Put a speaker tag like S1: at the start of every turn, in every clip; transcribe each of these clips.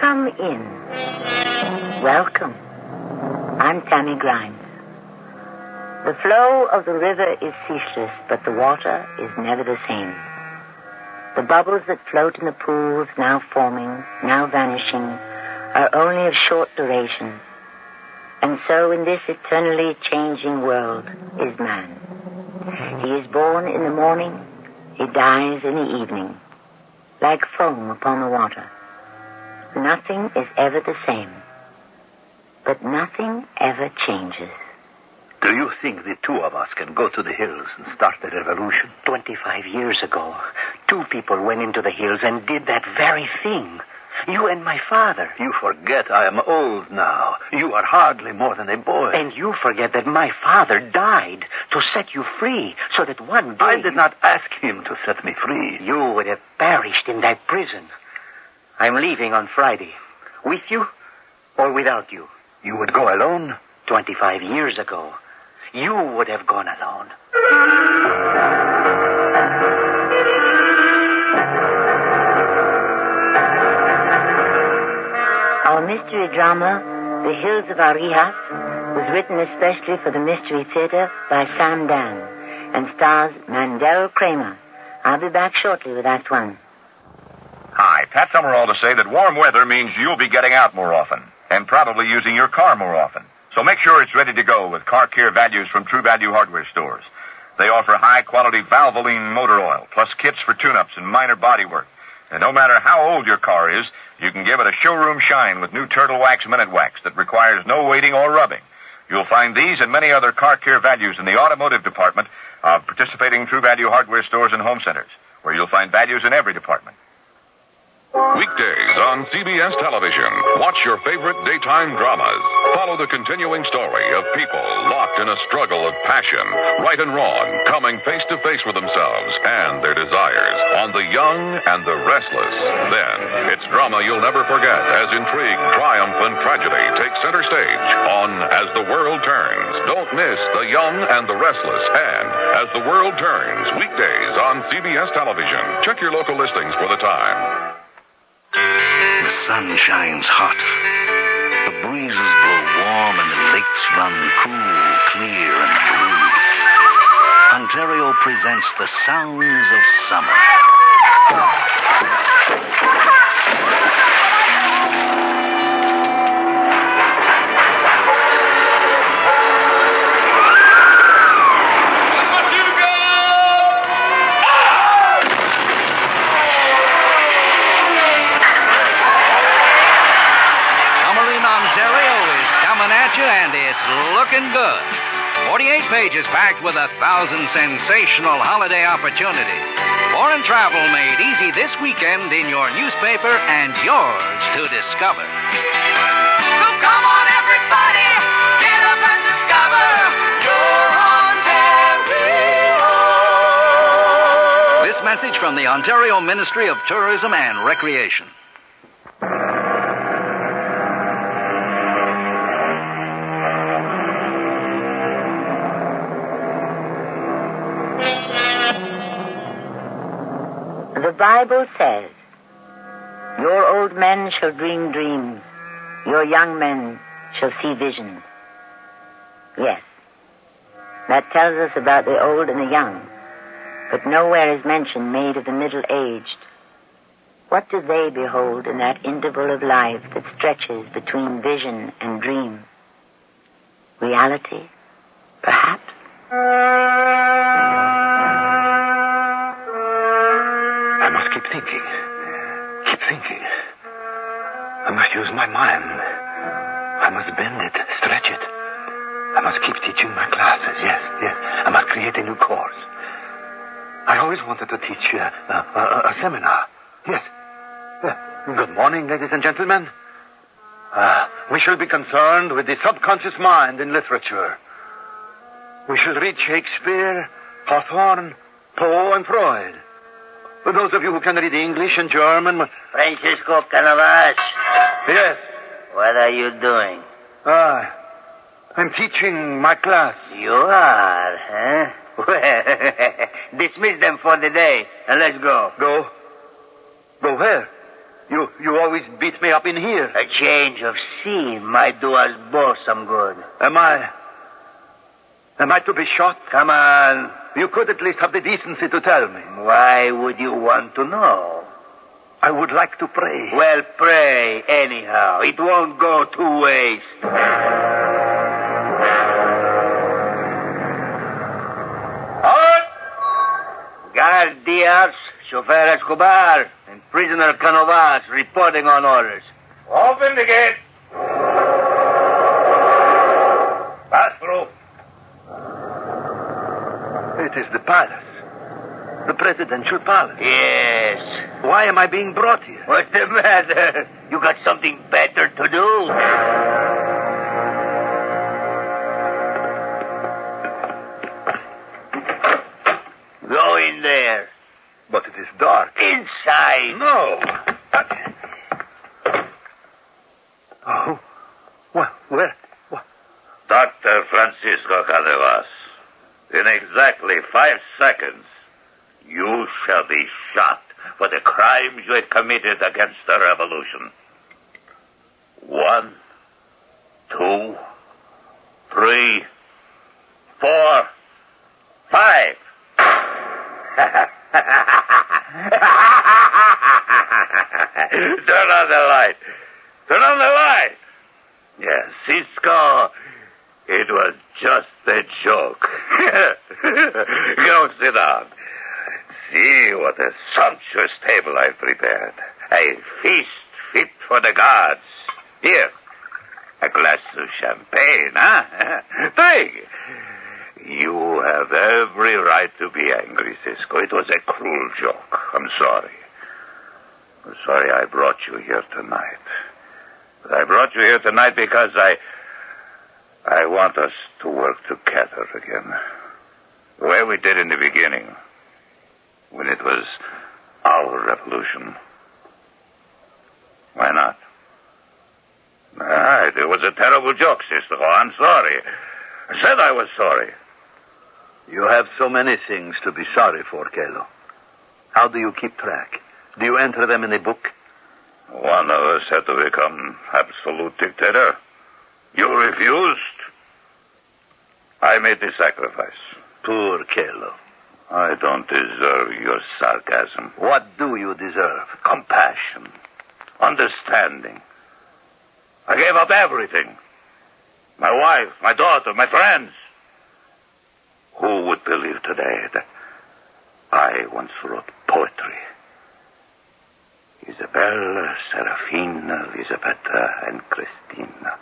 S1: Come in. Welcome. I'm Tammy Grimes. The flow of the river is ceaseless, but the water is never the same. The bubbles that float in the pools, now forming, now vanishing, are only of short duration. And so, in this eternally changing world, is man. He is born in the morning, he dies in the evening, like foam upon the water. Nothing is ever the same, but nothing ever changes.
S2: Do you think the two of us can go to the hills and start the revolution?
S3: 25 years ago, two people went into the hills and did that very thing. You and my father.
S2: You forget I am old now. You are hardly more than a boy.
S3: And you forget that my father died to set you free so that one day.
S2: I did not ask him to set me free.
S3: You would have perished in that prison. I'm leaving on Friday. With you or without you?
S2: You would go alone?
S3: 25 years ago, you would have gone alone.
S1: Our mystery drama, The Hills of Arijas, was written especially for the Mystery Theater by Sam Dan and stars Mandel Kramer. I'll be back shortly with Act One.
S4: Hi, Pat Summerall to say that warm weather means you'll be getting out more often and probably using your car more often. So make sure it's ready to go with car care values from True Value Hardware Stores. They offer high quality Valvoline motor oil, plus kits for tune ups and minor body work. And no matter how old your car is, you can give it a showroom shine with new Turtle Wax Minute Wax that requires no waiting or rubbing. You'll find these and many other car care values in the automotive department of participating True Value Hardware Stores and Home Centers, where you'll find values in every department.
S5: Weekdays on CBS television, watch your favorite daytime dramas. Follow the continuing story of people locked in a struggle of passion, right and wrong, coming face to face with themselves and their desires on The Young and the Restless. Then, it's drama you'll never forget as intrigue, triumph, and tragedy take center stage on As the World Turns. Don't miss The Young and the Restless and As the World Turns, weekdays on CBS television. Check your local listings for the time.
S2: The sun shines hot. The breezes blow warm and the lakes run cool, clear, and blue. Ontario presents the sounds of summer.
S6: Summer in Ontario is coming at you, and it's looking good. 48 pages packed with a thousand sensational holiday opportunities. Foreign travel made easy this weekend in your newspaper and yours to discover.
S7: So come on, everybody, get up and discover your Ontario.
S6: This message from the Ontario Ministry of Tourism and Recreation.
S1: The Bible says, Your old men shall dream dreams, your young men shall see visions. Yes, that tells us about the old and the young, but nowhere is mention made of the middle aged. What do they behold in that interval of life that stretches between vision and dream? Reality, perhaps?
S2: I must keep thinking. Keep thinking. I must use my mind. I must bend it, stretch it. I must keep teaching my classes. Yes, yes. I must create a new course. I always wanted to teach uh, a, a, a seminar. Yes. Yeah. Good morning, ladies and gentlemen. Uh,
S8: Ah, We shall be concerned with the subconscious mind in literature. We shall read Shakespeare, Hawthorne, Poe, and Freud. For those of you who can read English and German.
S9: Francisco Canavas,
S8: Yes.
S9: what are you doing?
S8: Ah. I'm teaching my class.
S9: You are, huh? Well, dismiss them for the day and let's go.
S8: Go. Go where? You you always beat me up in here.
S9: A change of scene might do us both some good.
S8: Am I? Am I to be shot? Come on. You could at least have the decency to tell me.
S9: Why would you want to know?
S8: I would like to pray.
S9: Well, pray anyhow. It won't go two ways. Guard Diaz, chauffeur Escobar, and prisoner Canovas reporting on orders.
S2: Open the gate. Pass through.
S8: It is the palace. The presidential palace.
S9: Yes.
S8: Why am I being brought here?
S9: What's the matter? You got something better to do? Go in there.
S8: But it is dark.
S9: Inside.
S8: No. Oh. Well, where? wh-
S2: Dr. Francisco Cadevas, in exactly five seconds, you shall be shot for the crimes you have committed against the revolution. One, two, three, four, five. Turn on the light. Turn on the light. Yes, Cisco, it was just a joke. Go sit down. See what a sumptuous table I've prepared. A feast fit for the gods. Here, a glass of champagne, huh? Drink. You have every right to be angry, Cisco. It was a cruel joke. I'm sorry. I'm sorry I brought you here tonight. But I brought you here tonight because I. I want us to work together again. The way we did in the beginning, when it was our revolution. Why not? All right, it was a terrible joke, Sister. Oh, I'm sorry. I said I was Oh, sorry.
S8: You have so many things to be sorry for, Kelo. How do you keep track? Do you enter them in a book?
S2: One of us had to become absolute dictator. You refused. I made the sacrifice.
S8: Poor Kelo.
S2: I don't deserve your sarcasm.
S8: What do you deserve?
S2: compassion, understanding. I gave up everything my wife, my daughter, my friends. Who would believe today that I once wrote poetry? Isabella, Serafina, Elisabetta, and Christina.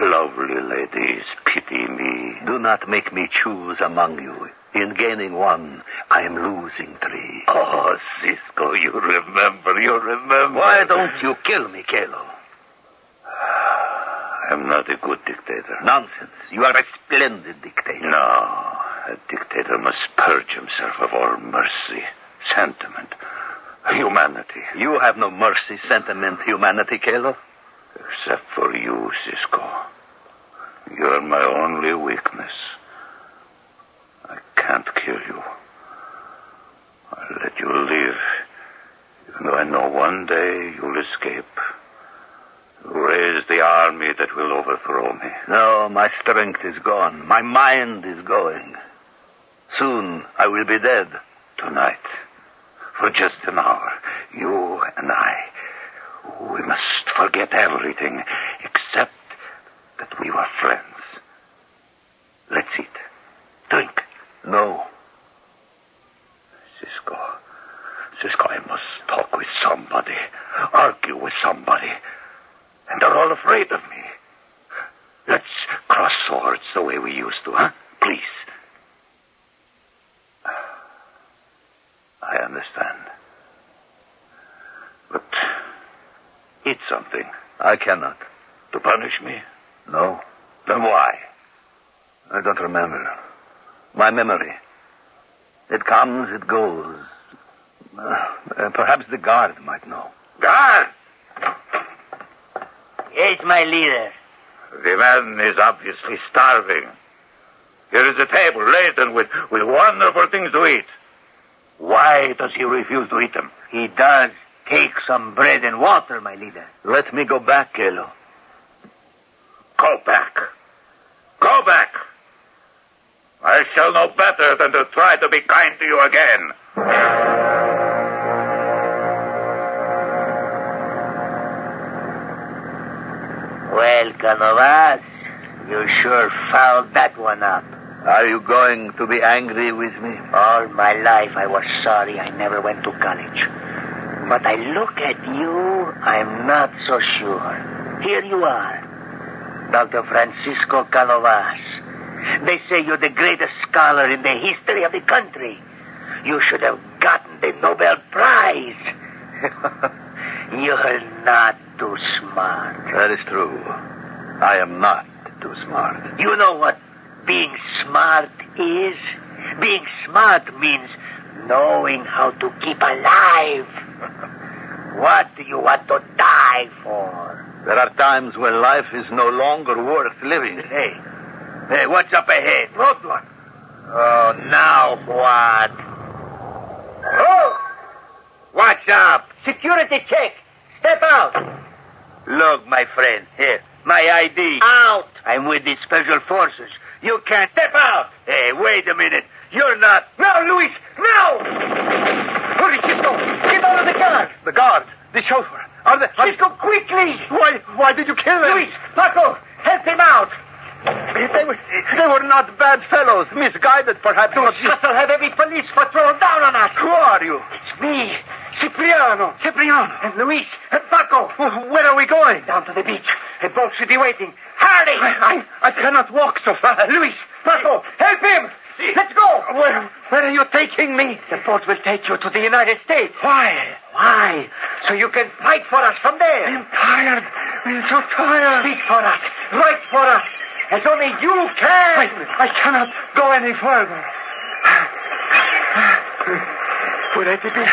S2: Lovely ladies, pity me.
S8: Do not make me choose among you. In gaining one, I am losing three.
S2: Oh, Cisco, you remember, you remember.
S8: Why don't you kill me, Kalo?
S2: I'm not a good dictator.
S8: Nonsense. You are a splendid dictator.
S2: No, a dictator must purge himself of all mercy, sentiment, humanity.
S8: You have no mercy, sentiment, humanity, Kalo.
S2: Except for you, Cisco. You're my only weakness. I can't kill you. I'll let you live, even though I know one day you'll escape. Raise the army that will overthrow me.
S8: No, my strength is gone. My mind is going. Soon I will be dead.
S2: Tonight, for just an hour, you and I, we must forget everything except that we were friends. Let's eat. Drink.
S8: No.
S2: Cisco. Cisco, I must talk with somebody, argue with somebody. And they're all afraid of me. Let's cross swords the way we used to, huh? Please. I understand. But eat something.
S8: I cannot.
S2: To punish me?
S8: No,
S2: Then why?
S8: I don't remember. My memory. It comes, it goes. Uh, uh, perhaps the guard might know.
S2: Guard!
S9: Yes, my leader.
S2: The man is obviously starving. Here is a table laden with, with wonderful things to eat. Why does he refuse to eat them?
S9: He does take some bread and water, my leader.
S8: Let me go back, Kelo.
S2: Go back. Go back. I shall know better than to try to be kind to you again.
S9: Well, Canovas, you sure fouled that one up.
S8: Are you going to be angry with me?
S9: All my life I was sorry I never went to college. But I look at you, I'm not so sure. Here you are, Dr. Francisco Canovas. They say you're the greatest scholar in the history of the country. You should have gotten the Nobel Prize. you're not too smart.
S8: That is true. I am not too smart.
S9: You know what being smart is? Being smart means knowing how to keep alive. what do you want to die for?
S8: There are times when life is no longer worth living.
S9: Hey, hey, what's up ahead? Roadblock. Oh, now what? Oh! What's up? Security check. Step out. Look, my friend. Here, my ID. Out. I'm with the special forces. You can't step out. Hey, wait a minute. You're not. No, Luis. No. Hurry, Cisco. Get out of the car.
S8: The guard, the chauffeur. Are they... Are
S9: Cisco, quickly.
S8: Why, why did you kill them?
S9: Luis, Paco, help him out.
S8: They were, they were not bad fellows, misguided perhaps.
S9: Don't will have every police patrol down on us.
S8: Who are you?
S9: It's me, Cipriano. Cipriano. And Luis. And Paco.
S8: Where are we going?
S9: Down to the beach. A boat should be waiting. Hurry!
S8: I, I cannot walk so far.
S9: Luis, Paco, help him! Let's go!
S8: Where, where are you taking me?
S9: The boat will take you to the United States.
S8: Why?
S9: Why? So you can fight for us from there.
S8: I'm tired. I'm so tired.
S9: Speak for us. Write for us. As only you can.
S8: I, I cannot go any further. Where did it?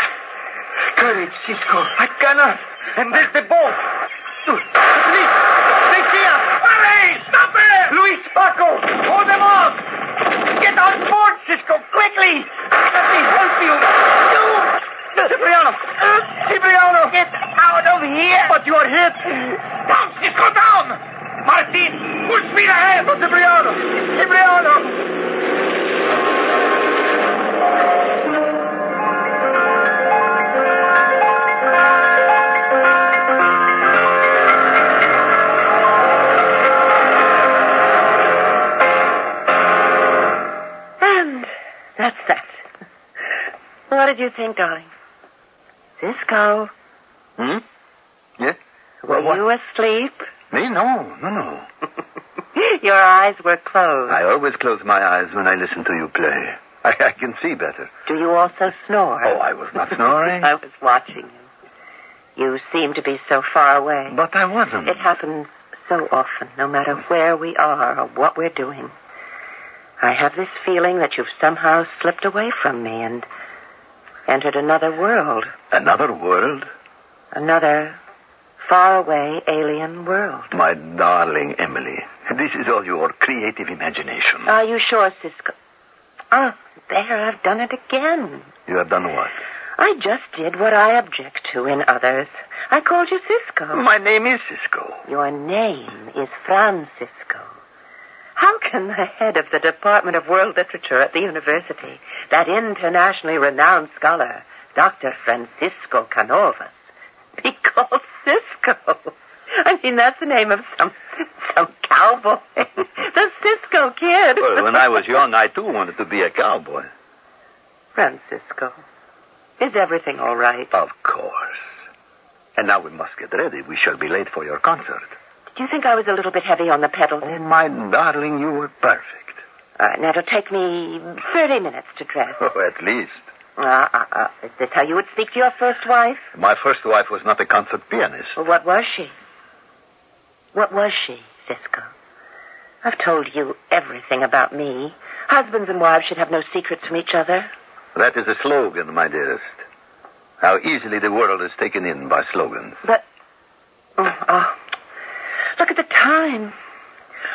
S8: Courage, Cisco. I cannot.
S9: And there's the boat.
S8: Please, they see us.
S9: Hurry! Stop it! Luis Paco, hold them off! Get on board, Cisco, quickly! Let me help you! You! Cipriano! Cipriano! Get out of here!
S8: But you are hit.
S9: Down, Cisco, down! Martin, full speed ahead! Cipriano! Cipriano!
S10: And that's that. What did you think, darling? Cisco,
S8: Hmm? Yeah?
S10: were
S8: Well, what?
S10: you asleep?
S8: Me? No, no, no.
S10: Your eyes were closed.
S8: I always close my eyes when I listen to you play. I, I can see better.
S10: Do you also snore?
S8: Oh, I was not snoring.
S10: I was watching you. You seem to be so far away.
S8: But I wasn't.
S10: It happens so often, no matter where we are or what we're doing. I have this feeling that you've somehow slipped away from me and entered another world,
S8: Another world?
S10: another faraway alien world.
S8: My darling Emily, this is all your creative imagination.
S10: Are you sure, Cisco? Ah, there, I've done it again.
S8: you have done what?
S10: I just did what I object to in others. I called you Cisco.
S8: My name is Cisco.
S10: Your name is Francisco. How can the head of the Department of World Literature at the university, that internationally renowned scholar, Dr. Francisco Canovas, be called Cisco? I mean, that's the name of some some cowboy. the Cisco kid.
S8: Well, when I was young, I too wanted to be a cowboy.
S10: Francisco, is everything all right?
S8: Of course. And now we must get ready. We shall be late for your concert.
S10: Do you think I was a little bit heavy on the pedal?
S8: Oh, my darling, you were perfect.
S10: All right, now it'll take me 30 minutes to dress.
S8: Oh, at least.
S10: Uh, uh, uh. Is this how you would speak to your first wife?
S8: My first wife was not a concert pianist.
S10: Well, what was she?
S11: What was she, Cisco? I've told you everything about me. Husbands and wives should have no secrets from each other.
S8: That is a slogan, my dearest. How easily the world is taken in by slogans.
S11: But. Oh, oh. Look at the time.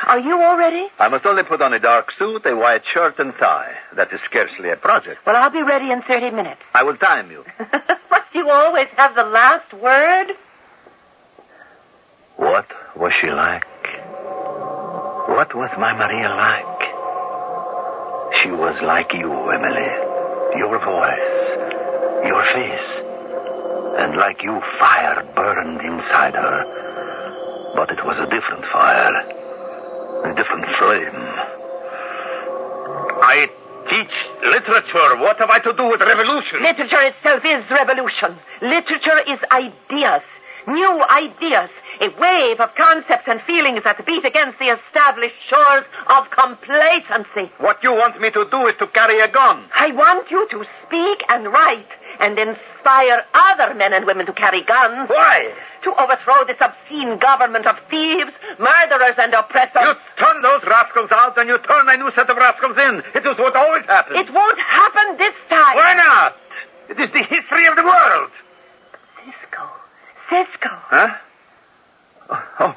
S11: Are you all ready?
S8: I must only put on a dark suit, a white shirt, and tie. That is scarcely a project.
S11: Well, I'll be ready in 30 minutes.
S8: I will time you.
S11: Must you always have the last word?
S8: What was she like? What was my Maria like? She was like you, Emily. Your voice, your face. And like you, fire burned inside her. But it was a different fire, a different flame. I teach literature. What have I to do with revolution?
S11: Literature itself is revolution. Literature is ideas, new ideas, a wave of concepts and feelings that beat against the established shores of complacency.
S8: What you want me to do is to carry a gun.
S11: I want you to speak and write and inspire other men and women to carry guns.
S8: Why?
S11: To overthrow this obscene government of thieves, murderers, and
S8: You
S11: oppressors.
S8: turn those rascals out and you turn a new set of rascals in. It is what always happens.
S11: It won't happen this time.
S8: Why not? It is the history of the world.
S11: Cisco. Cisco.
S8: Huh? Oh, oh.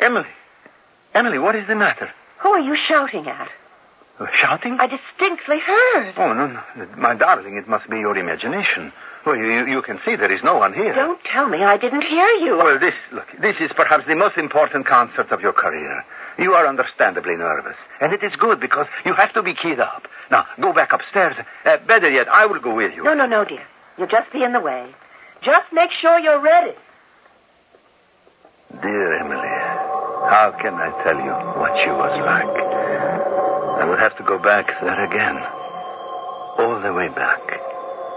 S8: Emily. Emily, what is the matter?
S11: Who are you shouting at?
S8: Shouting?
S11: I distinctly heard.
S8: Oh, no, no. My darling, it must be your imagination. Well, you, you- you can see there is no one here.
S11: Don't tell me I didn't hear you.
S8: Well, this, look, this is perhaps the most important concert of your career. You are understandably nervous. And it is good because you have to be keyed up. Now, go back upstairs. Uh, better yet, I will go with you.
S11: No, no, no, dear. You'll just be in the way. Just make sure you're ready.
S8: Dear Emily, how can I tell you what she was like? I would have to go back there again. All the way back.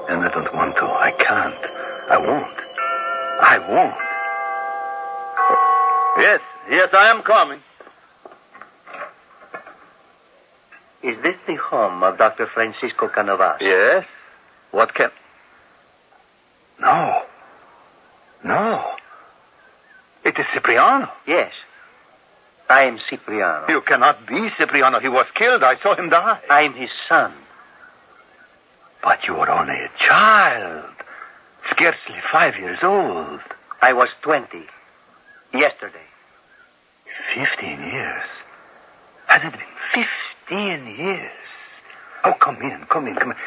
S8: And I don't want to. I can't. I won't. I won't. Yes, yes, I am coming.
S12: Is this the home of Dr. Francisco Canovas?
S8: Yes? What can. No. No. It is Cipriano.
S12: Yes. I am Cipriano.
S8: You cannot be Cipriano. He was killed. I saw him die.
S12: I am his son.
S8: But you were only a child, scarcely five years old.
S12: I was 20 yesterday.
S8: Fifteen years. Has it been fifteen years? Oh, come in, come in, come in.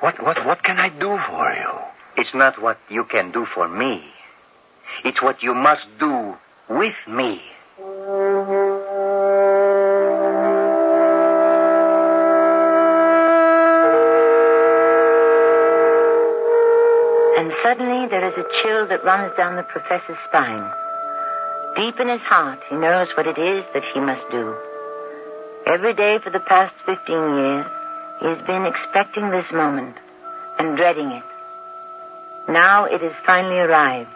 S8: What, what, what can I do for you?
S12: It's not what you can do for me. It's what you must do with me.
S1: And suddenly there is a chill that runs down the professor's spine. Deep in his heart, he knows what it is that he must do. Every day for the past 15 years, he has been expecting this moment and dreading it. Now it has finally arrived.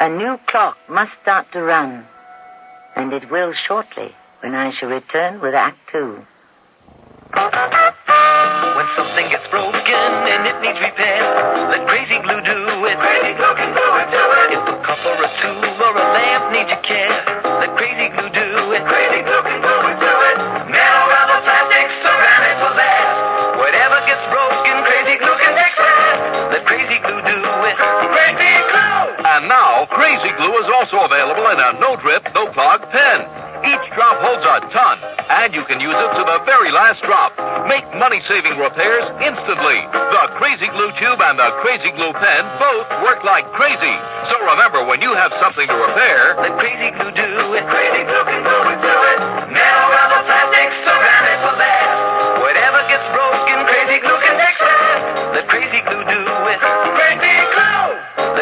S1: A new clock must start to run. And it will shortly when I shall return with Act Two.
S12: When something gets broken and it needs repair, let Crazy Glue do it. Crazy Glue can do it, do it. If a cup or a tube or a lamp needs your care, let Crazy Glue do it. Crazy Glue can do it, do it. Metal, rubber, plastic, ceramic will last. Whatever gets broken, Crazy Glue can fix that. Let Crazy Glue do it. Crazy Glue!
S4: And now, Crazy Glue is also available in a no drip, no clog pen. Each drop holds a ton, and you can use it to the very last drop. Make money saving repairs instantly. The Crazy Glue Tube and the Crazy Glue Pen both work like crazy. So remember, when you have something to repair,
S12: Let crazy glue do it. Crazy glue can do it, do it. Metal, rubber, plastic, ceramic will last. Whatever gets broken, crazy glue can fix that. Let crazy glue do it. Crazy glue.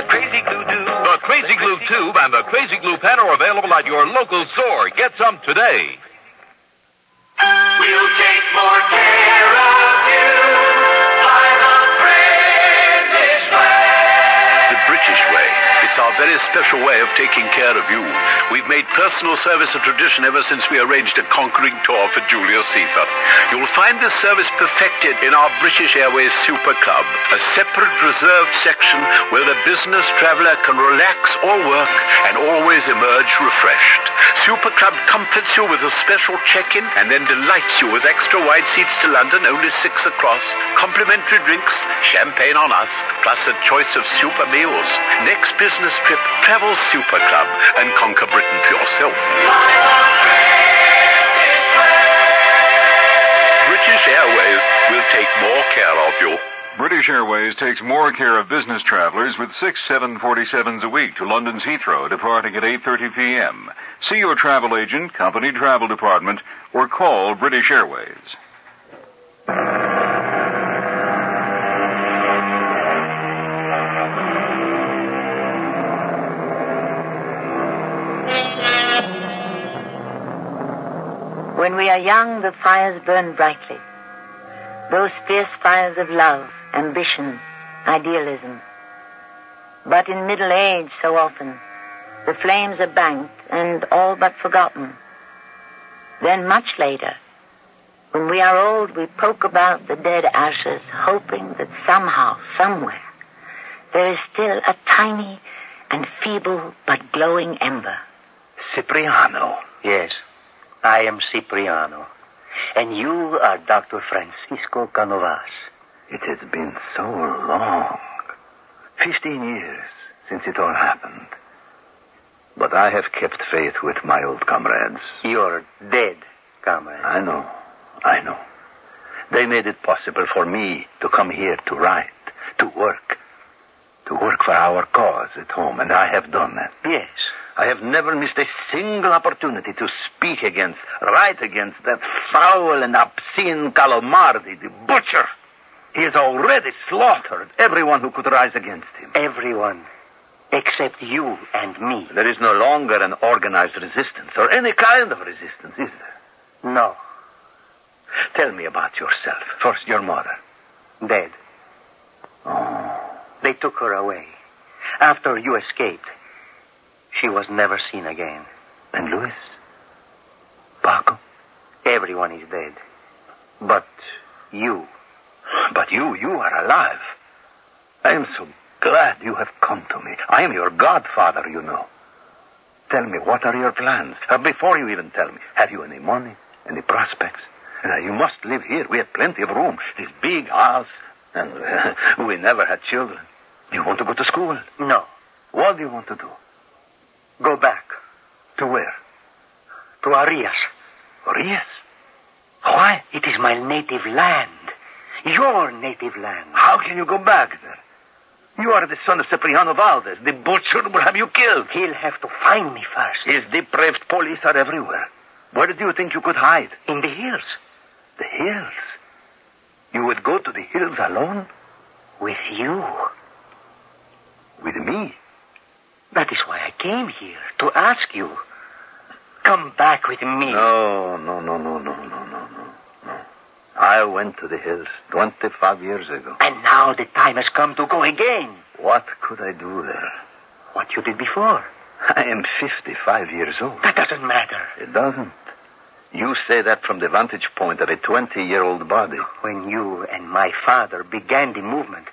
S12: Let crazy glue do it.
S4: the Crazy Glue Tube and the Crazy Glue Pen are available at your local store. Get some today.
S13: We'll take more care of you by the British way.
S4: The British way. The
S14: It's our very special way of taking care of you. We've made personal service a tradition ever since we arranged a conquering tour for Julius Caesar. You'll find this service perfected in our British Airways Super Club, a separate reserved section where the business traveler can relax all work and always emerge refreshed. Super Club comforts you with a special check-in and then delights you with extra wide seats to London, only six across, complimentary drinks, champagne on us, plus a choice of super meals. Next business trip, travel Super Club and conquer Britain for yourself. British Airways will take more care of you.
S15: British Airways takes more care of business travelers with six 747s a week to London's Heathrow, departing at 8.30 p.m. See your travel agent, company travel department, or call British Airways.
S1: When we are young, the fires burn brightly. Those fierce fires of love, ambition, idealism. But in middle age, so often, the flames are banked and all but forgotten. Then, much later, when we are old, we poke about the dead ashes, hoping that somehow, somewhere, there is still a tiny and feeble but glowing ember.
S8: Cipriano. Yes, I am Cipriano. And you are Dr. Francisco Canovas. It has been so long.
S3: Fifteen years since it all happened. But I have kept faith with my old comrades.
S8: You're dead, comrade.
S3: I know. I know.
S8: They made it possible for me to come here to write, to work, to work for our cause at home, and I have done that. Yes. I have never missed a single opportunity to speak against, write against that foul and obscene Calomardi, the butcher. He has already slaughtered everyone who could rise against him.
S10: Everyone. Except you and me.
S8: There is no longer an organized resistance or any kind of resistance, is there?
S10: No.
S8: Tell me about yourself. First, your mother.
S10: Dead. Oh. They took her away. After you escaped, she was never seen again.
S8: And Luis? Paco?
S10: Everyone is dead. But you.
S8: But you, you are alive. I am so glad you have come to me. I am your godfather, you know. Tell me, what are your plans? Uh, before you even tell me, have you any money? Any prospects? Uh, you must live here. We have plenty of room. This big house. And uh, we never had children. You want to go to school?
S10: No.
S8: What do you want to do?
S10: Go back.
S8: To where?
S10: To Arias.
S8: Arias? Why?
S10: It is my native land. Your native land.
S8: How can you go back there? You are the son of Cipriano Valdez. The butcher will have you killed.
S10: He'll have to find me first.
S8: His depraved police are everywhere. Where do you think you could hide?
S10: In the hills.
S8: The hills? You would go to the hills alone?
S10: With you.
S8: With me?
S10: That is why I came here, to ask you. Come back with me.
S8: No, no, no, no, no, no, no, no. I went to the hills 25 years ago.
S10: And now the time has come to go again.
S8: What could I do there?
S10: What you did before.
S8: I am 55 years old.
S10: That doesn't matter.
S8: It doesn't. You say that from the vantage point of a 20 year old body.
S10: When you and my father began the movement,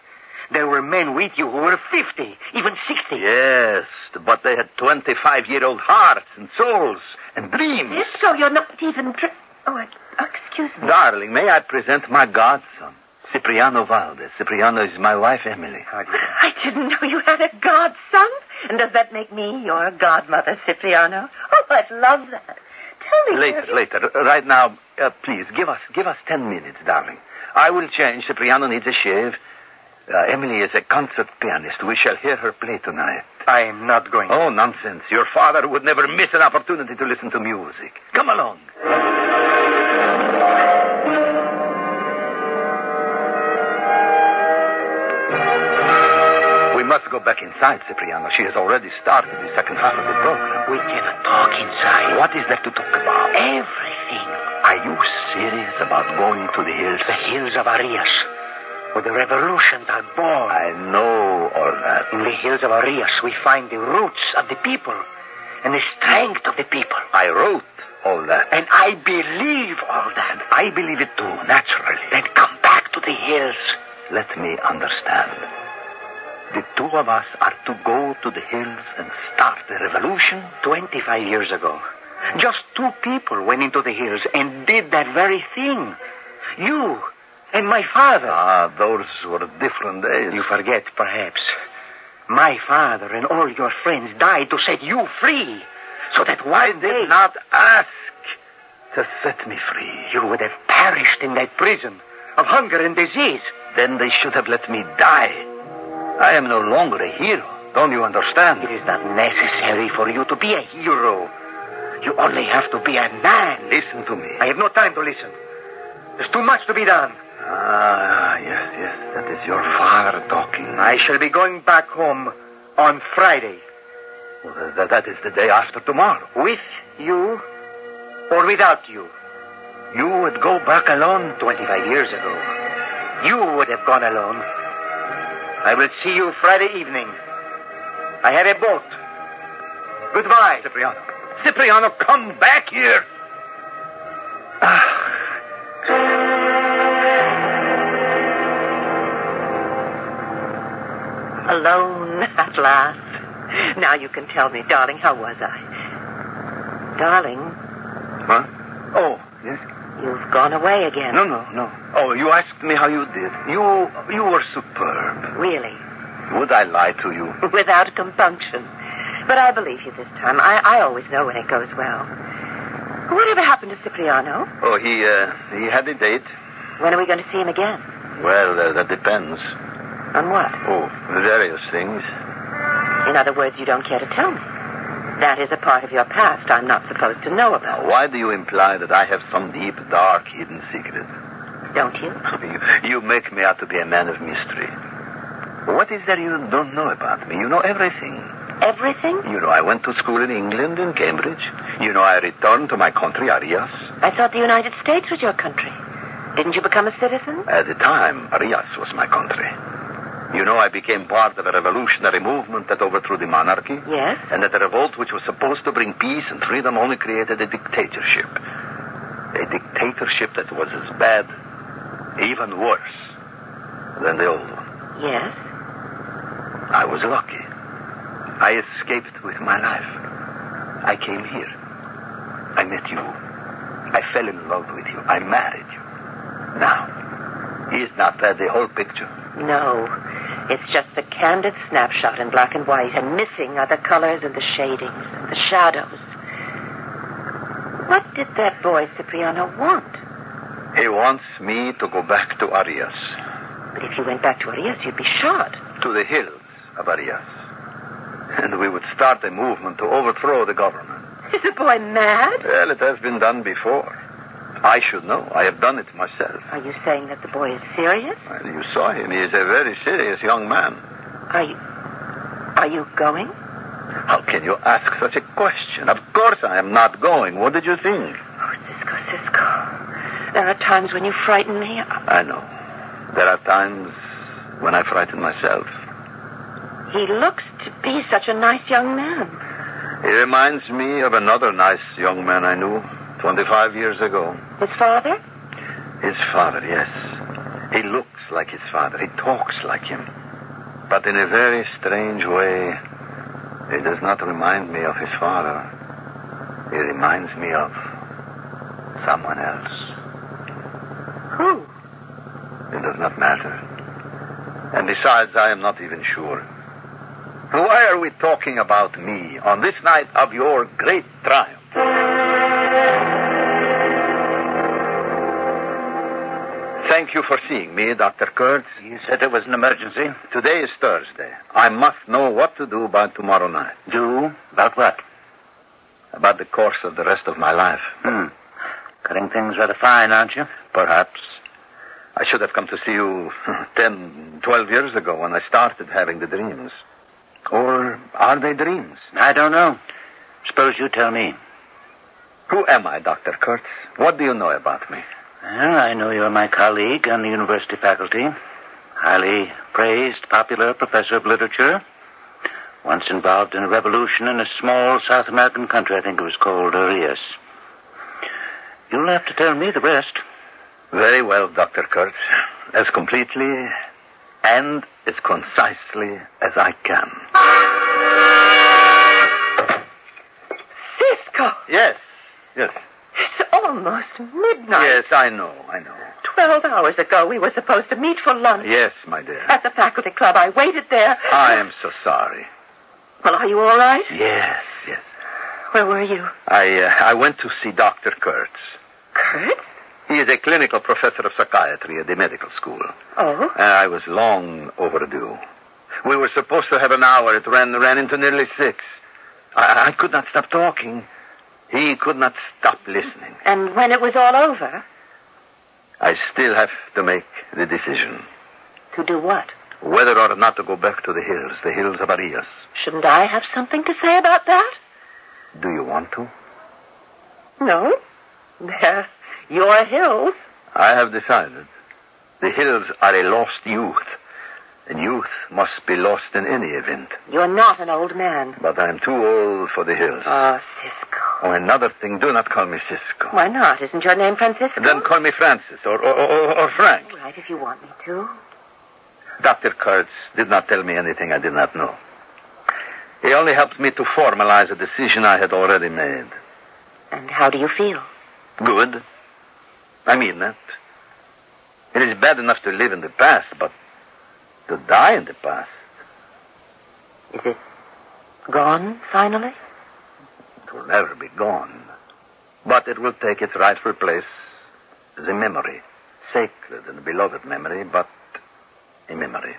S10: there were men with you who were 50, even 60.
S8: Yes, but they had 25 year old hearts and souls and dreams.
S10: Yes, so you're not even. Dr- oh, excuse me.
S8: Darling, may I present my godson, Cipriano Valdez? Cipriano is my wife, Emily.
S10: I didn't know you had a godson. And does that make me your godmother, Cipriano? Oh, I'd love that. Tell me.
S8: Later, later. Right now, uh, please, give us, give us 10 minutes, darling. I will change. Cipriano needs a shave. Uh, Emily is a concert pianist. We shall hear her play tonight.
S10: I am not going.
S8: Oh, nonsense. Your father would never miss an opportunity to listen to music. Come along. We must go back inside, Cipriano. She has already started the second half of the program.
S10: We cannot talk inside.
S8: What is there to talk about?
S10: Everything.
S8: Are you serious about going to the hills?
S10: The hills of Arias.
S3: where the revolutions are born.
S8: I know all that.
S3: In the hills of Arias, we find the roots of the people and the strength of the people.
S8: I wrote all that.
S3: And I believe all that.
S8: I believe it too, naturally.
S3: Then come back to the hills.
S8: Let me understand. The two of us are to go to the hills and start the revolution?
S3: 25 years ago, just two people went into the hills and did that very thing. You and my father.
S8: Ah, those were different days.
S3: You forget, perhaps. My father and all your friends died to set you free. So that one
S8: I
S3: day...
S8: did not ask to set me free.
S3: You would have perished in that prison of hunger and disease.
S8: Then they should have let me die. I am no longer a hero. Don't you understand?
S3: It is not necessary for you to be a hero. You only have to be a man.
S8: Listen to me.
S3: I have no time to listen. There's too much to be done.
S8: Ah, yes, yes. That is your father talking.
S3: I shall be going back home on Friday.
S8: Well, th- th- that is the day after tomorrow.
S3: With you or without you?
S8: You would go back alone
S3: 25 years ago. You would have gone alone. I will see you Friday evening. I have a boat. Goodbye.
S8: Cipriano. Cipriano, come back here. Ah.
S10: Alone at last. Now you can tell me, darling, how was I? Darling,
S8: Huh? Oh, yes.
S10: you've gone away again.
S8: No, no, no. Oh, you asked me how you did. You, you were superb.
S10: Really,
S8: Would I lie to you?
S10: without compunction. But I believe you this time. I, I always know when it goes well. Whatever happened to Cipriano?
S8: Oh, he, uh, he had a date.
S10: When are we going to see him again?
S8: Well, uh, that depends.
S10: On what?
S8: Oh, various things.
S10: In other words, you don't care to tell me. That is a part of your past I'm not supposed to know about.
S8: Now, why do you imply that I have some deep, dark, hidden secret?
S10: Don't you?
S8: you, you make me out to be a man of mystery. What is there you don't know about me? You know everything.
S10: Everything?
S8: You know, I went to school in England, in Cambridge. You know, I returned to my country, Arias.
S10: I thought the United States was your country. Didn't you become a citizen?
S8: At the time, Arias was my country. You know, I became part of a revolutionary movement that overthrew the monarchy.
S10: Yes.
S8: And that the revolt, which was supposed to bring peace and freedom, only created a dictatorship. A dictatorship that was as bad, even worse, than the old one.
S10: Yes.
S8: I was lucky. I escaped with my life. I came here. I met you. I fell in love with you. I married you. Now, is not that the whole picture?
S10: No. It's just a candid snapshot in black and white, and missing are the colors and the shadings, and the shadows. What did that boy Cipriano want?
S8: He wants me to go back to Arias.
S10: But if you went back to Arias, you'd be shot.
S8: to the hills of Arias. And we would start a movement to overthrow the government.
S10: Is the boy mad?
S8: Well, it has been done before. I should know. I have done it myself.
S10: Are you saying that the boy is serious?
S8: Well, you saw him. He is a very serious young man.
S10: Are you. Are you going?
S8: How can you ask such a question? Of course I am not going. What did you think?
S10: Oh, Cisco, Cisco. There are times when you frighten me.
S8: I know. There are times when I frighten myself.
S10: He looks to be such a nice young man.
S8: He reminds me of another nice young man I knew 25 years ago.
S10: His father?
S8: His father, yes. He looks like his father. He talks like him. But in a very strange way, he does not remind me of his father. He reminds me of someone else.
S10: Who?
S8: It does not matter. And besides, I am not even sure. Why are we talking about me on this night of your great triumph? Thank you for seeing me, Dr. Kurtz.
S3: You said it was an emergency.
S8: Today is Thursday. I must know what to do by tomorrow night.
S3: Do? About what?
S8: About the course of the rest of my life.
S3: Hmm. Cutting things rather fine, aren't you?
S8: Perhaps. I should have come to see you ten, twelve years ago when I started having the dreams. Or are they dreams?
S3: I don't know. Suppose you tell me.
S8: Who am I, Dr. Kurtz? What do you know about me?
S3: Ah, Well, I know you're my colleague on the university faculty. highly praised popular professor of literature. Once involved in a revolution in a small South American country, I think it was called uh, Rias. You'll have to tell me the rest.
S16: Very well, Dr. Kurtz. As completely and as concisely as I can.
S10: Cisco,
S8: Yes, yes.
S10: it's almost midnight.
S8: Yes, I know, I know.
S10: Twelve hours ago, we were supposed to meet for lunch
S8: Yes, my dear.
S10: at the faculty club. I waited there.
S8: I am so sorry.
S10: Well, are you all right?
S8: Yes, yes.
S10: Where were you?
S8: I, uh, I went to see Dr. Kurtz.
S10: Kurtz?
S8: He is a clinical professor of psychiatry at the medical school.
S10: Oh?
S8: Uh, I was long overdue. We were supposed to have an hour. It ran, ran into nearly six. I, I could not stop talking. He could not stop listening.
S10: And when it was all over?
S8: I still have to make the decision
S10: To do what?
S8: whether or not to go back to the hills, the hills of Arias.
S10: Shouldn't I have something to say about that?
S8: Do you want to?
S10: No. They're your hills.
S8: I have decided. The hills are a lost youth, and youth must be lost in any event.
S10: You're not an old man.
S8: But I'm too old for the hills.
S10: Ah,
S8: Oh, another thing, do not call me Cisco.
S10: Why not? Isn't your name Francisco?
S8: Then call me Francis or, or, or, or Frank.
S10: All right, if you want me to.
S8: Dr. Kurtz did not tell me anything I did not know. He only helped me to formalize a decision I had already made.
S10: And how do you feel?
S8: Good. I mean that. It is bad enough to live in the past, but to die in the past.
S10: Is it gone, finally?
S8: It will never be gone. But it will take its rightful place as a memory. Sacred and beloved memory, but a memory.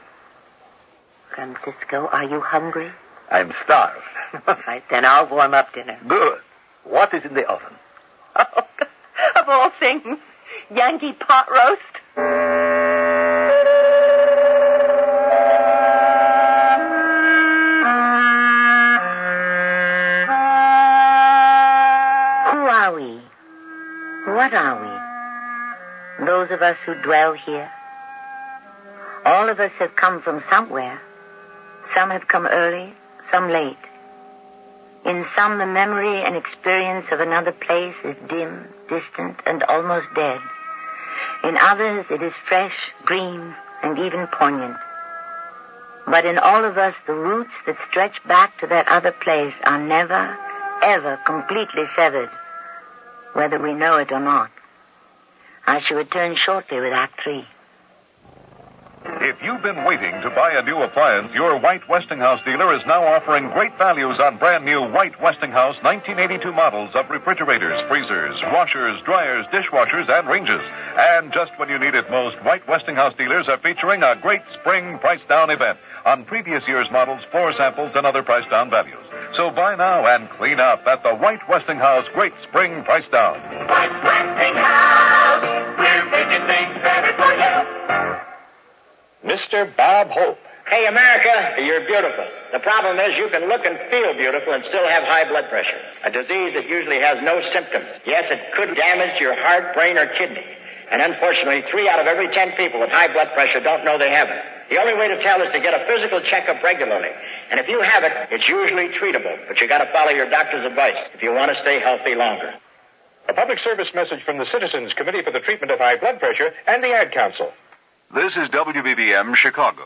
S10: Francisco, are you hungry?
S8: I'm starved.
S10: All right, then I'll warm up dinner.
S8: Good. What is in the oven?
S10: Of all things, Yankee pot roast.
S1: Who are we? What are we? Those of us who dwell here? All of us have come from somewhere. Some have come early, some late. In some, the memory and experience of another place is dim, distant, and almost dead. In others, it is fresh, green, and even poignant. But in all of us, the roots that stretch back to that other place are never, ever completely severed, whether we know it or not. I shall return shortly with Act Three.
S4: If you've been waiting to buy a new appliance, your White Westinghouse dealer is now offering great values on brand new White Westinghouse 1982 models of refrigerators, freezers, washers, dryers, dishwashers, and ranges. And just when you need it most, White Westinghouse dealers are featuring a great spring price down event on previous year's models, floor samples, and other price down values. So buy now and clean up at the White Westinghouse Great Spring Price Down.
S9: Mr. Bob Hope. Hey, America, you're beautiful. The problem is you can look and feel beautiful and still have high blood pressure, a disease that usually has no symptoms. Yes, it could damage your heart, brain, or kidney. And unfortunately, three out of every ten people with high blood pressure don't know they have it. The only way to tell is to get a physical checkup regularly. And if you have it, it's usually treatable, but you gotta follow your doctor's advice if you want to stay healthy longer.
S17: A public service message from the Citizens Committee for the Treatment of High Blood Pressure and the Ad Council.
S5: This is WBBM Chicago.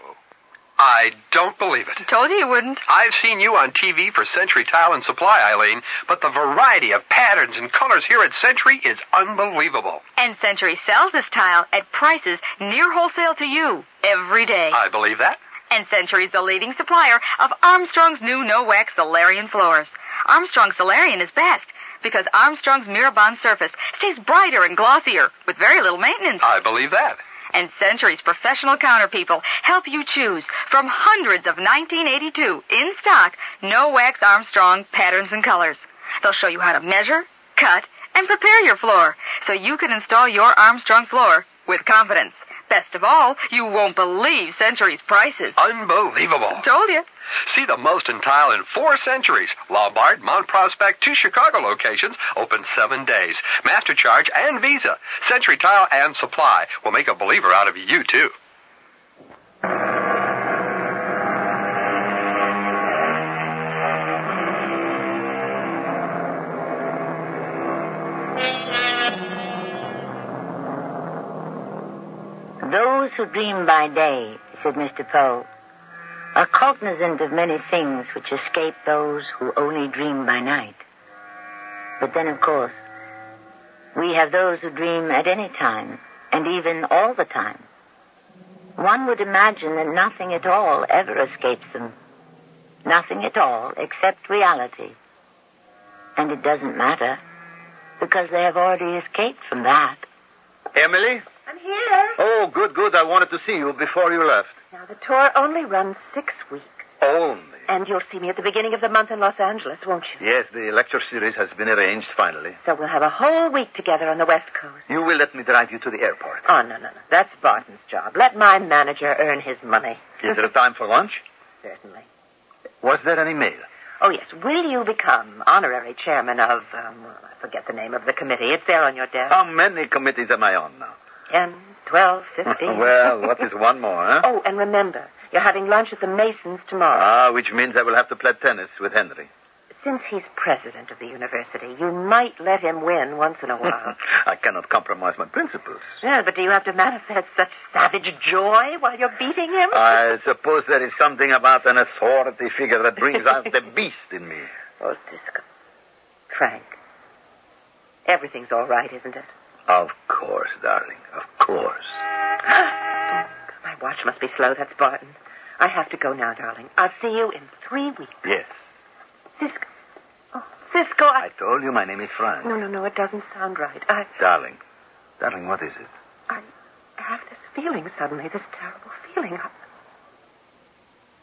S18: I don't believe it. Told you you wouldn't. I've seen you on TV for Century Tile and Supply, Eileen, but the variety of patterns and colors here at Century is unbelievable.
S19: And Century sells this tile at prices near wholesale to you every day.
S18: I believe that.
S19: And Century's the leading supplier of Armstrong's new no wax Solarian floors. Armstrong Solarian is best because Armstrong's Mirabond surface stays brighter and glossier with very little maintenance.
S18: I believe that.
S19: And Century's professional counter people help you choose from hundreds of 1982 in stock no wax Armstrong patterns and colors. They'll show you how to measure, cut, and prepare your floor so you can install your Armstrong floor with confidence. Best of all, you won't believe Century's prices.
S18: Unbelievable.
S19: Told you.
S18: See the most in tile in four centuries. Lombard, Mount Prospect, two Chicago locations, open seven days. Master Charge and Visa. Century Tile and Supply will make a believer out of you, too.
S1: those who dream by day, said Mr. Poe, are cognizant of many things which escape those who only dream by night. But then, of course, we have those who dream at any time, and even all the time. One would imagine that nothing at all ever escapes them. Nothing at all except reality. And it doesn't matter, because they have already escaped from that.
S3: Emily?
S10: I'm here.
S3: Oh, good, good. I wanted to see you before you left.
S10: Now, the tour only runs six weeks,
S8: Oh,
S3: Only.
S10: and you'll see me at the beginning of the month in Los Angeles, won't you?
S8: Yes, the lecture series has been arranged finally.
S10: So we'll have a whole week together on the West Coast.
S8: You will let me drive you to the airport.
S10: Oh, no, no, no. That's Barton's job. Let my manager earn his money.
S8: Is there time for lunch?
S10: Certainly.
S8: Was there any mail?
S10: Oh, yes. Will you become honorary chairman of, um, well, I forget the name of the committee. It's there on your desk.
S8: How many committees am I on now?
S10: Ten, twelve, fifteen.
S8: well, what is one more, huh?
S10: Oh, and remember, you're having lunch at the Masons tomorrow.
S8: Ah, which means I will have to play tennis with Henry.
S10: Since he's president of the university, you might let him win once in a while.
S8: I cannot compromise my principles.
S10: yeah, but do you have to manifest such savage joy while you're beating him?
S8: I suppose there is something about an authority figure that brings out the beast in me.
S10: Oh, Cisco. Frank. Everything's all right, isn't it?
S8: Of course, darling. Of course.
S10: Oh, My watch must be slow. That's Barton. I have to go now, darling. I'll see you in three weeks.
S8: Yes.
S10: Cisco. Oh, Cisco, I.
S8: I told you my name is Frank.
S10: No, no, no. It doesn't sound right. I
S8: Darling. Darling, what is it?
S10: have this feeling suddenly, this terrible feeling. I...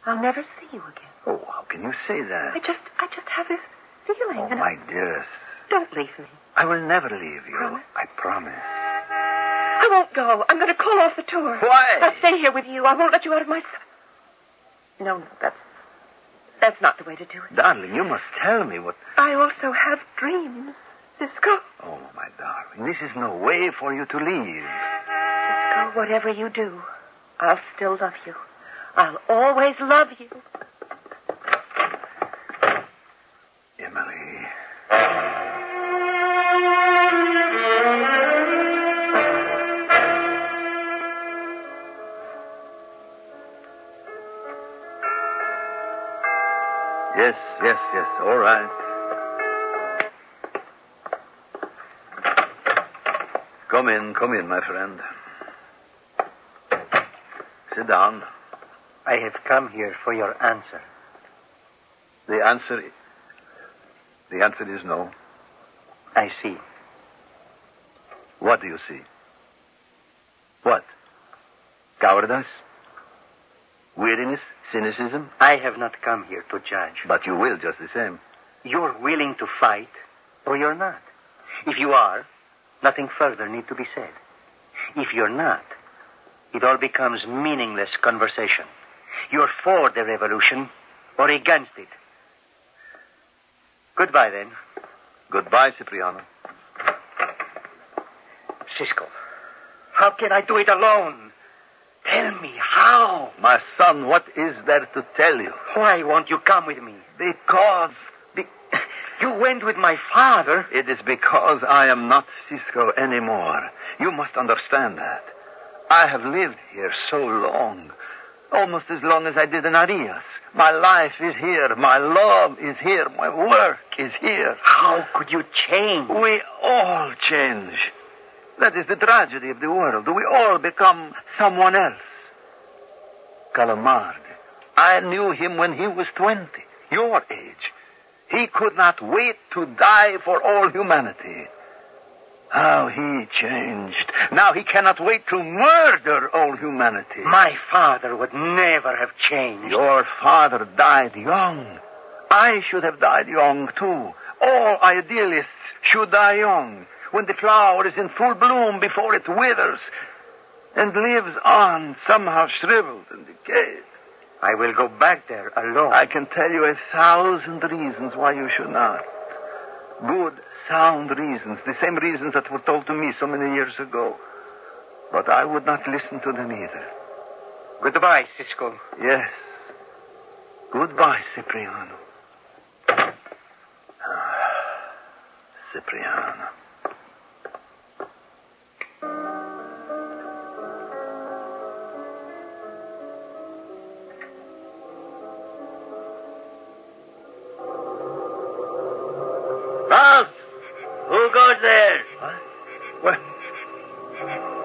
S10: I'll never see you again.
S8: Oh, how can you say that?
S10: I just, I just have this feeling.
S8: Oh,
S10: and
S8: my
S10: I...
S8: dearest.
S10: Don't leave me.
S8: I will never leave you.
S10: Promise?
S8: I promise.
S10: I won't go. I'm going to call off the tour.
S8: Why?
S10: I'll stay here with you. I won't let you out of my sight. No, no, that's that's not the way to do it.
S8: Darling, you must tell me what.
S10: I also have dreams, Cisco.
S8: Oh, my darling, this is no way for you to leave.
S10: Cisco, whatever you do, I'll still love you. I'll always love you.
S8: Emily. Yes, yes, yes. All right. Come in, come in, my friend. Sit down.
S20: I have come here for your answer.
S8: The answer. i- The answer is no.
S20: I see.
S8: What do you see? What? Cowardice? Weariness? Cynicism?
S20: I have not come here to judge.
S8: But you will just the same.
S20: You're willing to fight, or you're not. If you are, nothing further need to be said. If you're not, it all becomes meaningless conversation. You're for the revolution or against it. Goodbye then,
S8: Goodbye, Cipriano.
S20: Cisco. How can I do it alone? Tell me how.
S8: My son, what is there to tell you?
S20: Why won't you come with me?
S8: Because.
S20: Be- you went with my father.
S8: It is because I am not Cisco anymore. You must understand that. I have lived here so long, almost as long as I did in Arias. My life is here. My love is here. My work is here.
S20: How could you change?
S8: We all change. That is the tragedy of the world. We all become someone else. Calamard. I knew him when he was 20, your age. He could not wait to die for all humanity. How he changed. Now he cannot wait to murder all humanity.
S20: My father would never have changed.
S8: Your father died young. I should have died young, too. All idealists should die young, when the flower is in full bloom before it withers and lives on, somehow shriveled and decayed.
S20: I will go back there alone.
S8: I can tell you a thousand reasons why you should not. Good, sound reasons, the same reasons that were told to me so many years ago. But I would not listen to them either.
S20: Goodbye, Cisco.
S8: Yes. Goodbye, Cipriano. Ah, Cipriano.
S9: Where,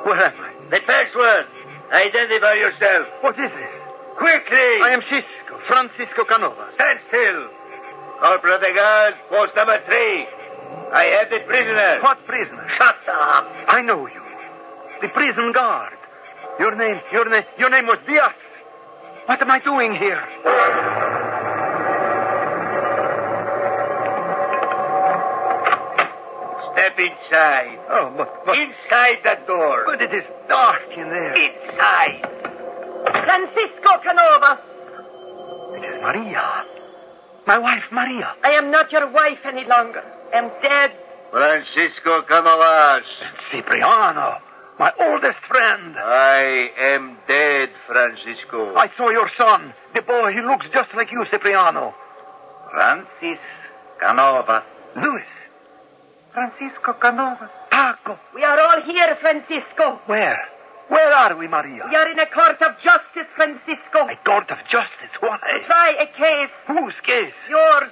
S9: where am I?
S8: The password. Identify yourself.
S9: What is this? Quickly! I am Cisco, Francisco Canova.
S8: Stand still. Corporal de Guards, post number three. I have the prisoner.
S9: What prisoner? Shut up! I know you. The prison guard. Your name, your name, your name was Diaz. What am I doing here?
S8: Step inside.
S9: Oh, but, but...
S8: Inside the door.
S9: But it is dark in there.
S8: Inside.
S11: Francisco Canova.
S9: Maria. My wife, Maria.
S11: I am not your wife any longer. I'm dead.
S8: Francisco Camovas.
S9: Cipriano, my oldest friend.
S8: I am dead, Francisco.
S9: I saw your son, the boy. He looks just like you, Cipriano.
S8: Francis Canova.
S9: Luis.
S11: Francisco Canova.
S9: Paco.
S11: We are all here, Francisco.
S9: Where? Where are we, Maria?
S11: We are in a court of justice, Francisco.
S9: A court of justice. Why?
S11: Try a case.
S9: Whose case?
S11: Yours.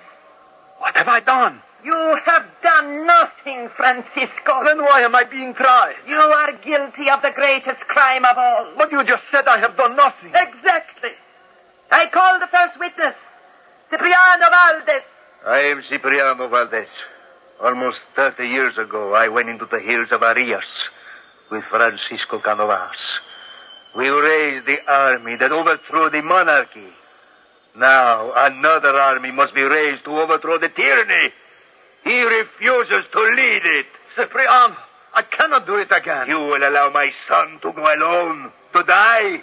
S9: What have I done?
S11: You have done nothing, Francisco.
S9: Then why am I being tried?
S11: You are guilty of the greatest crime of all.
S9: But you just said I have done nothing.
S11: Exactly. I call the first witness, Cipriano Valdez.
S8: I am Cipriano Valdez. Almost 30 years ago, I went into the hills of Arias with Francisco Canovas. We raised the army that overthrew the monarchy. Now another army must be raised to overthrow the tyranny. He refuses to lead it.
S9: Cipriano, I cannot do it again.
S8: You will allow my son to go alone, to die.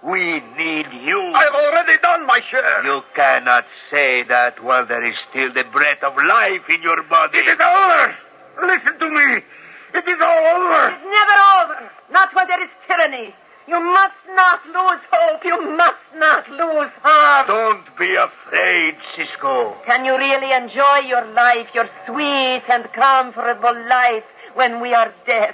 S8: We need you.
S9: I've already done my share.
S8: You cannot say that while there is still the breath of life in your body.
S9: It is over. Listen to me. It is all over.
S11: It's never over. Not when there is tyranny. You must not lose hope. You must not lose heart.
S8: Don't be afraid, Cisco.
S11: Can you really enjoy your life, your sweet and comfortable life, when we are dead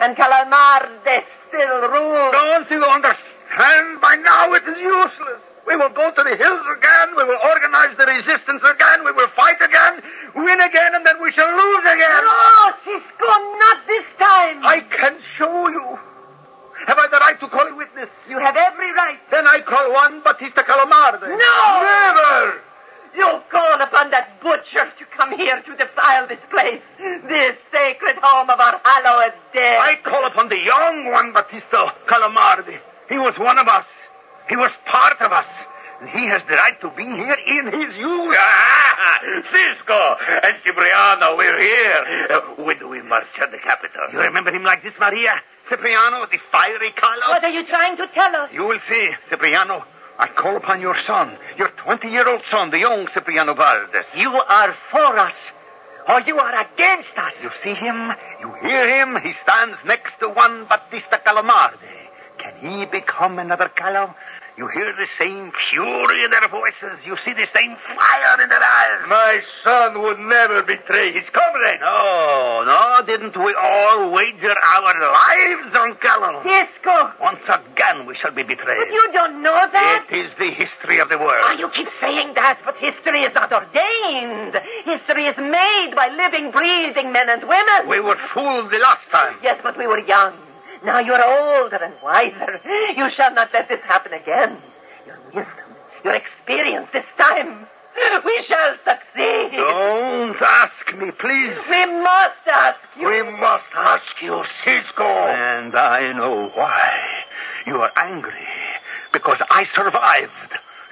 S11: and Calamar death still rules?
S9: Don't you understand? By now it is useless. We will go to the hills again. We will organize the resistance again. We will fight again, win again, and then we shall lose again.
S11: No, Cisco, not this time.
S9: I can show you. Have I the right to call a witness?
S11: You have every right.
S9: Then I call one Batista Calomarde.
S11: No!
S9: Never!
S11: You call upon that butcher to come here to defile this place, this sacred home of our hallowed dead.
S9: I call upon the young one Batista Calomarde. He was one of us. He was part of us. And he has the right to be here in his youth.
S8: Ah, Cisco and Cipriano, we're here. Uh, when do we march on the capital?
S9: You remember him like this, Maria? Cipriano, the fiery color.
S11: What are you trying to tell us?
S9: You will see, Cipriano. I call upon your son, your 20 year old son, the young Cipriano Valdez.
S11: You are for us, or you are against us.
S9: You see him, you hear him, he stands next to one Battista Calamarde. Can he become another Calo? You hear the same fury in their voices. You see the same fire in their eyes.
S8: My son would never betray his comrade.
S9: No, no, didn't we all wager our lives on Callum?
S11: Cisco!
S9: Once again, we shall be betrayed.
S11: But you don't know that.
S9: It is the history of the world.
S11: Oh, you keep saying that, but history is not ordained. History is made by living, breathing men and women.
S9: We were fooled the last time.
S11: Yes, but we were young. Now you are older and wiser. You shall not let this happen again. Your wisdom, your experience this time. We shall succeed.
S9: Don't ask me, please.
S11: We must ask you.
S9: We must ask you, Cisco.
S8: And I know why. You are angry. Because I survived.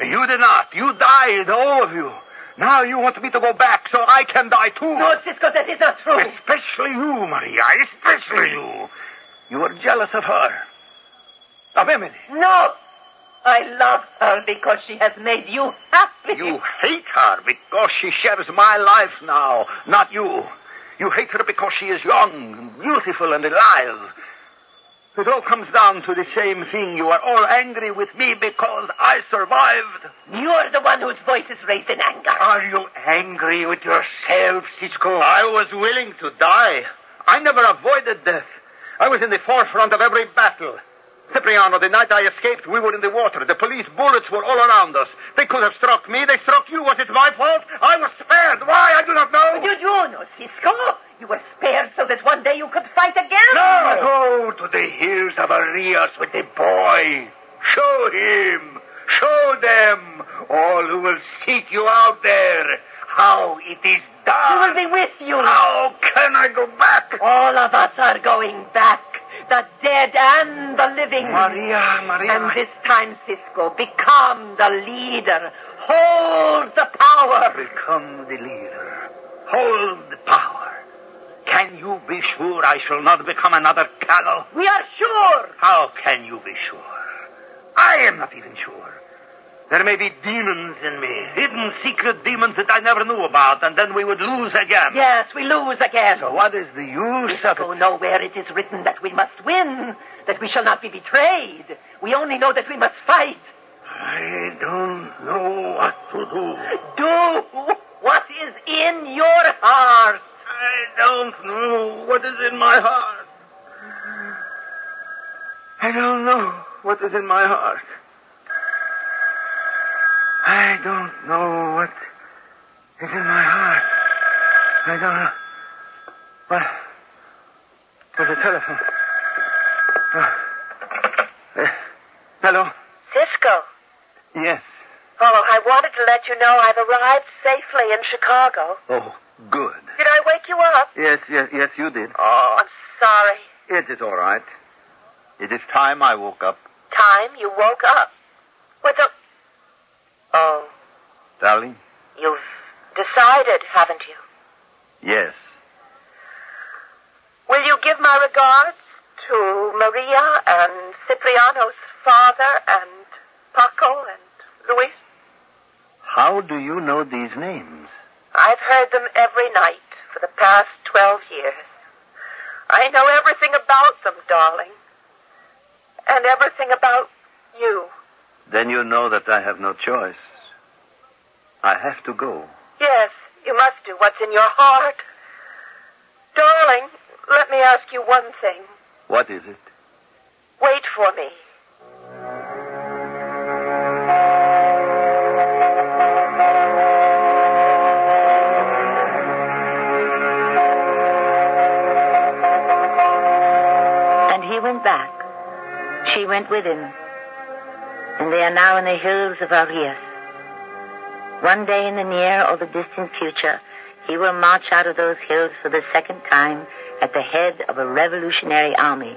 S8: You did not. You died, all of you. Now you want me to go back so I can die too.
S11: No, Cisco, that is not true.
S8: Especially you, Maria. Especially you. You are jealous of her. Of Emily.
S11: No! I love her because she has made you happy.
S9: You hate her because she shares my life now, not you. You hate her because she is young, and beautiful, and alive. It all comes down to the same thing. You are all angry with me because I survived.
S11: You're the one whose voice is raised in anger.
S8: Are you angry with yourself, Cisco?
S9: I was willing to die. I never avoided death. I was in the forefront of every battle. Cipriano, the night I escaped, we were in the water. The police bullets were all around us. They could have struck me. They struck you. Was it my fault? I was spared. Why? I do not know.
S11: But you do know, Cisco. You were spared so that one day you could fight again.
S9: Oh. Go to the hills of Arias with the boy. Show him, show them, all who will seek you out there, how it is
S11: We
S9: done.
S11: will be with you.
S9: How can I go back?
S11: All of us are going back. The dead and the living. Maria, Maria. And this time, Cisco, become the leader. Hold the power.
S9: Become the leader. Hold the power. Can you be sure I shall not become another Callow?
S11: We are sure.
S9: How can you be sure? I am not even sure. There may be demons in me, hidden secret demons that I never knew about, and then we would lose again.
S11: Yes, we lose again.
S9: So what is the use of it?
S11: Oh, nowhere it is written that we must win, that we shall not be betrayed. We only know that we must fight.
S9: I don't know what to do.
S11: Do what is in your heart.
S9: I don't know what is in my heart. I don't know what is in my heart. I don't know what is in my heart. I don't know. What? There's a telephone. Uh, uh, hello?
S10: Cisco.
S9: Yes.
S10: Oh, I wanted to let you know I've arrived safely in Chicago.
S9: Oh, good.
S10: Did I wake you up?
S9: Yes, yes, yes, you did. Oh,
S10: Sorry.
S9: it is all right. It is time I woke up.
S10: Time you woke up. With a. Oh,
S9: Darling?
S10: you've decided, haven't you?
S9: Yes.
S10: Will you give my regards to Maria and Cipriano's father and Paco and Luis?
S9: How do you know these names?
S10: I've heard them every night for the past 12 years. I know everything about them, darling. And everything about you.
S9: Then you know that I have no choice. I have to go.
S10: Yes, you must do what's in your heart. Darling, let me ask you one thing.
S9: What is it?
S10: Wait for me.
S1: And he went back. She went with him. And they are now in the hills of Arias. One day in the near or the distant future, he will march out of those hills for the second time at the head of a revolutionary army.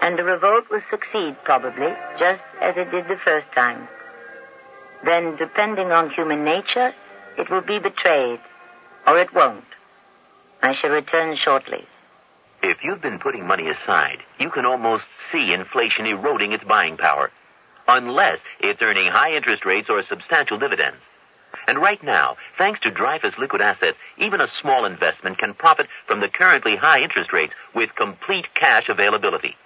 S1: And the revolt will succeed, probably, just as it did the first time. Then, depending on human nature, it will be betrayed, or it won't. I shall return shortly.
S21: If you've been putting money aside, you can almost see inflation eroding its buying power, unless it's earning high interest rates or substantial dividends. And right now, thanks to Dreyfus Liquid Assets, even a small investment can profit from the currently high interest rates with complete cash availability.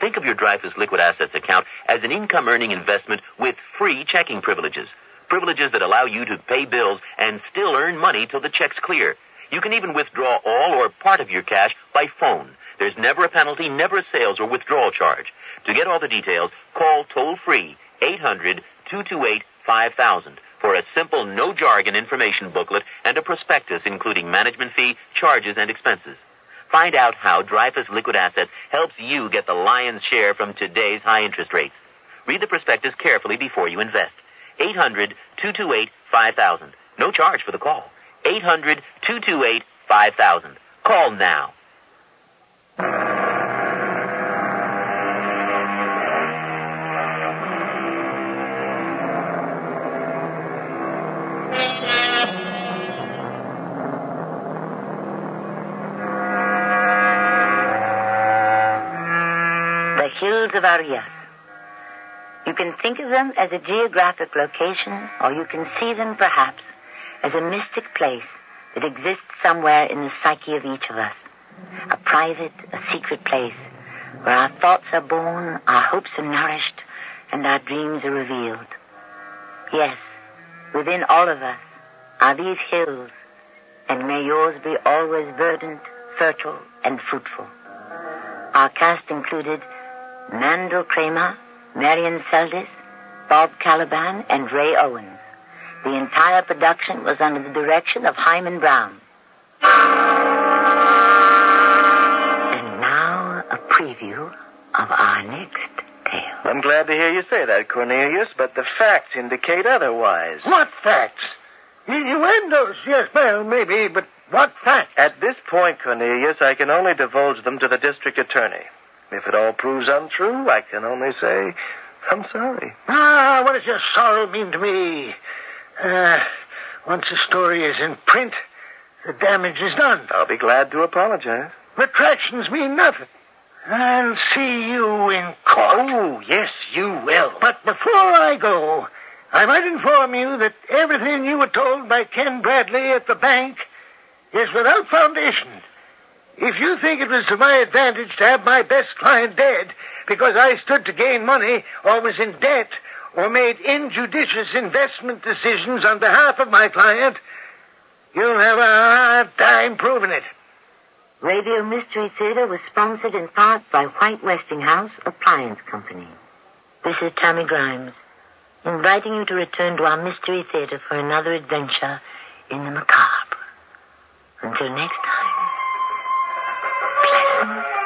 S21: Think of your Dreyfus Liquid Assets account as an income earning investment with free checking privileges. Privileges that allow you to pay bills and still earn money till the checks clear. You can even withdraw all or part of your cash by phone. There's never a penalty, never a sales or withdrawal charge. To get all the details, call toll free 800 228 5000 for a simple no jargon information booklet and a prospectus including management fee, charges, and expenses. Find out how Dreyfus Liquid Assets helps you get the lion's share from today's high interest rates. Read the prospectus carefully before you invest. 800 228 5000. No charge for the call. 800 228 5000. Call now.
S1: the hills of Arias. You can think of them as a geographic location, or you can see them perhaps as a mystic place that exists somewhere in the psyche of each of us. A private, a secret place where our thoughts are born, our hopes are nourished, and our dreams are revealed. Yes, within all of us are these hills, and may yours be always verdant, fertile, and fruitful. Our cast included Mandel Kramer, Marion Seldes, Bob Caliban, and Ray Owens. The entire production was under the direction of Hyman Brown. of our next.
S8: I'm glad to hear you say that, Cornelius, but the facts indicate otherwise.
S9: What facts? Innuendos, yes, well, maybe, but what facts?
S8: At this point, Cornelius, I can only divulge them to the district attorney. If it all proves untrue, I can only say I'm sorry.
S9: Ah, what does your sorrow mean to me? Ah, once a story is in print, the damage is done.
S8: I'll be glad to apologize.
S9: Retractions mean nothing. I'll see you in court. Oh, yes, you will. But before I go, I might inform you that everything you were told by Ken Bradley at the bank is without foundation. If you think it was to my advantage to have my best client dead because I stood to gain money or was in debt or made injudicious investment decisions on behalf of my client, you'll have a hard time proving it.
S1: Radio Mystery Theater was sponsored in part by White Westinghouse Appliance Company. This is Tammy Grimes, inviting you to return to our Mystery Theater for another adventure in the macabre. Until next time, pleasant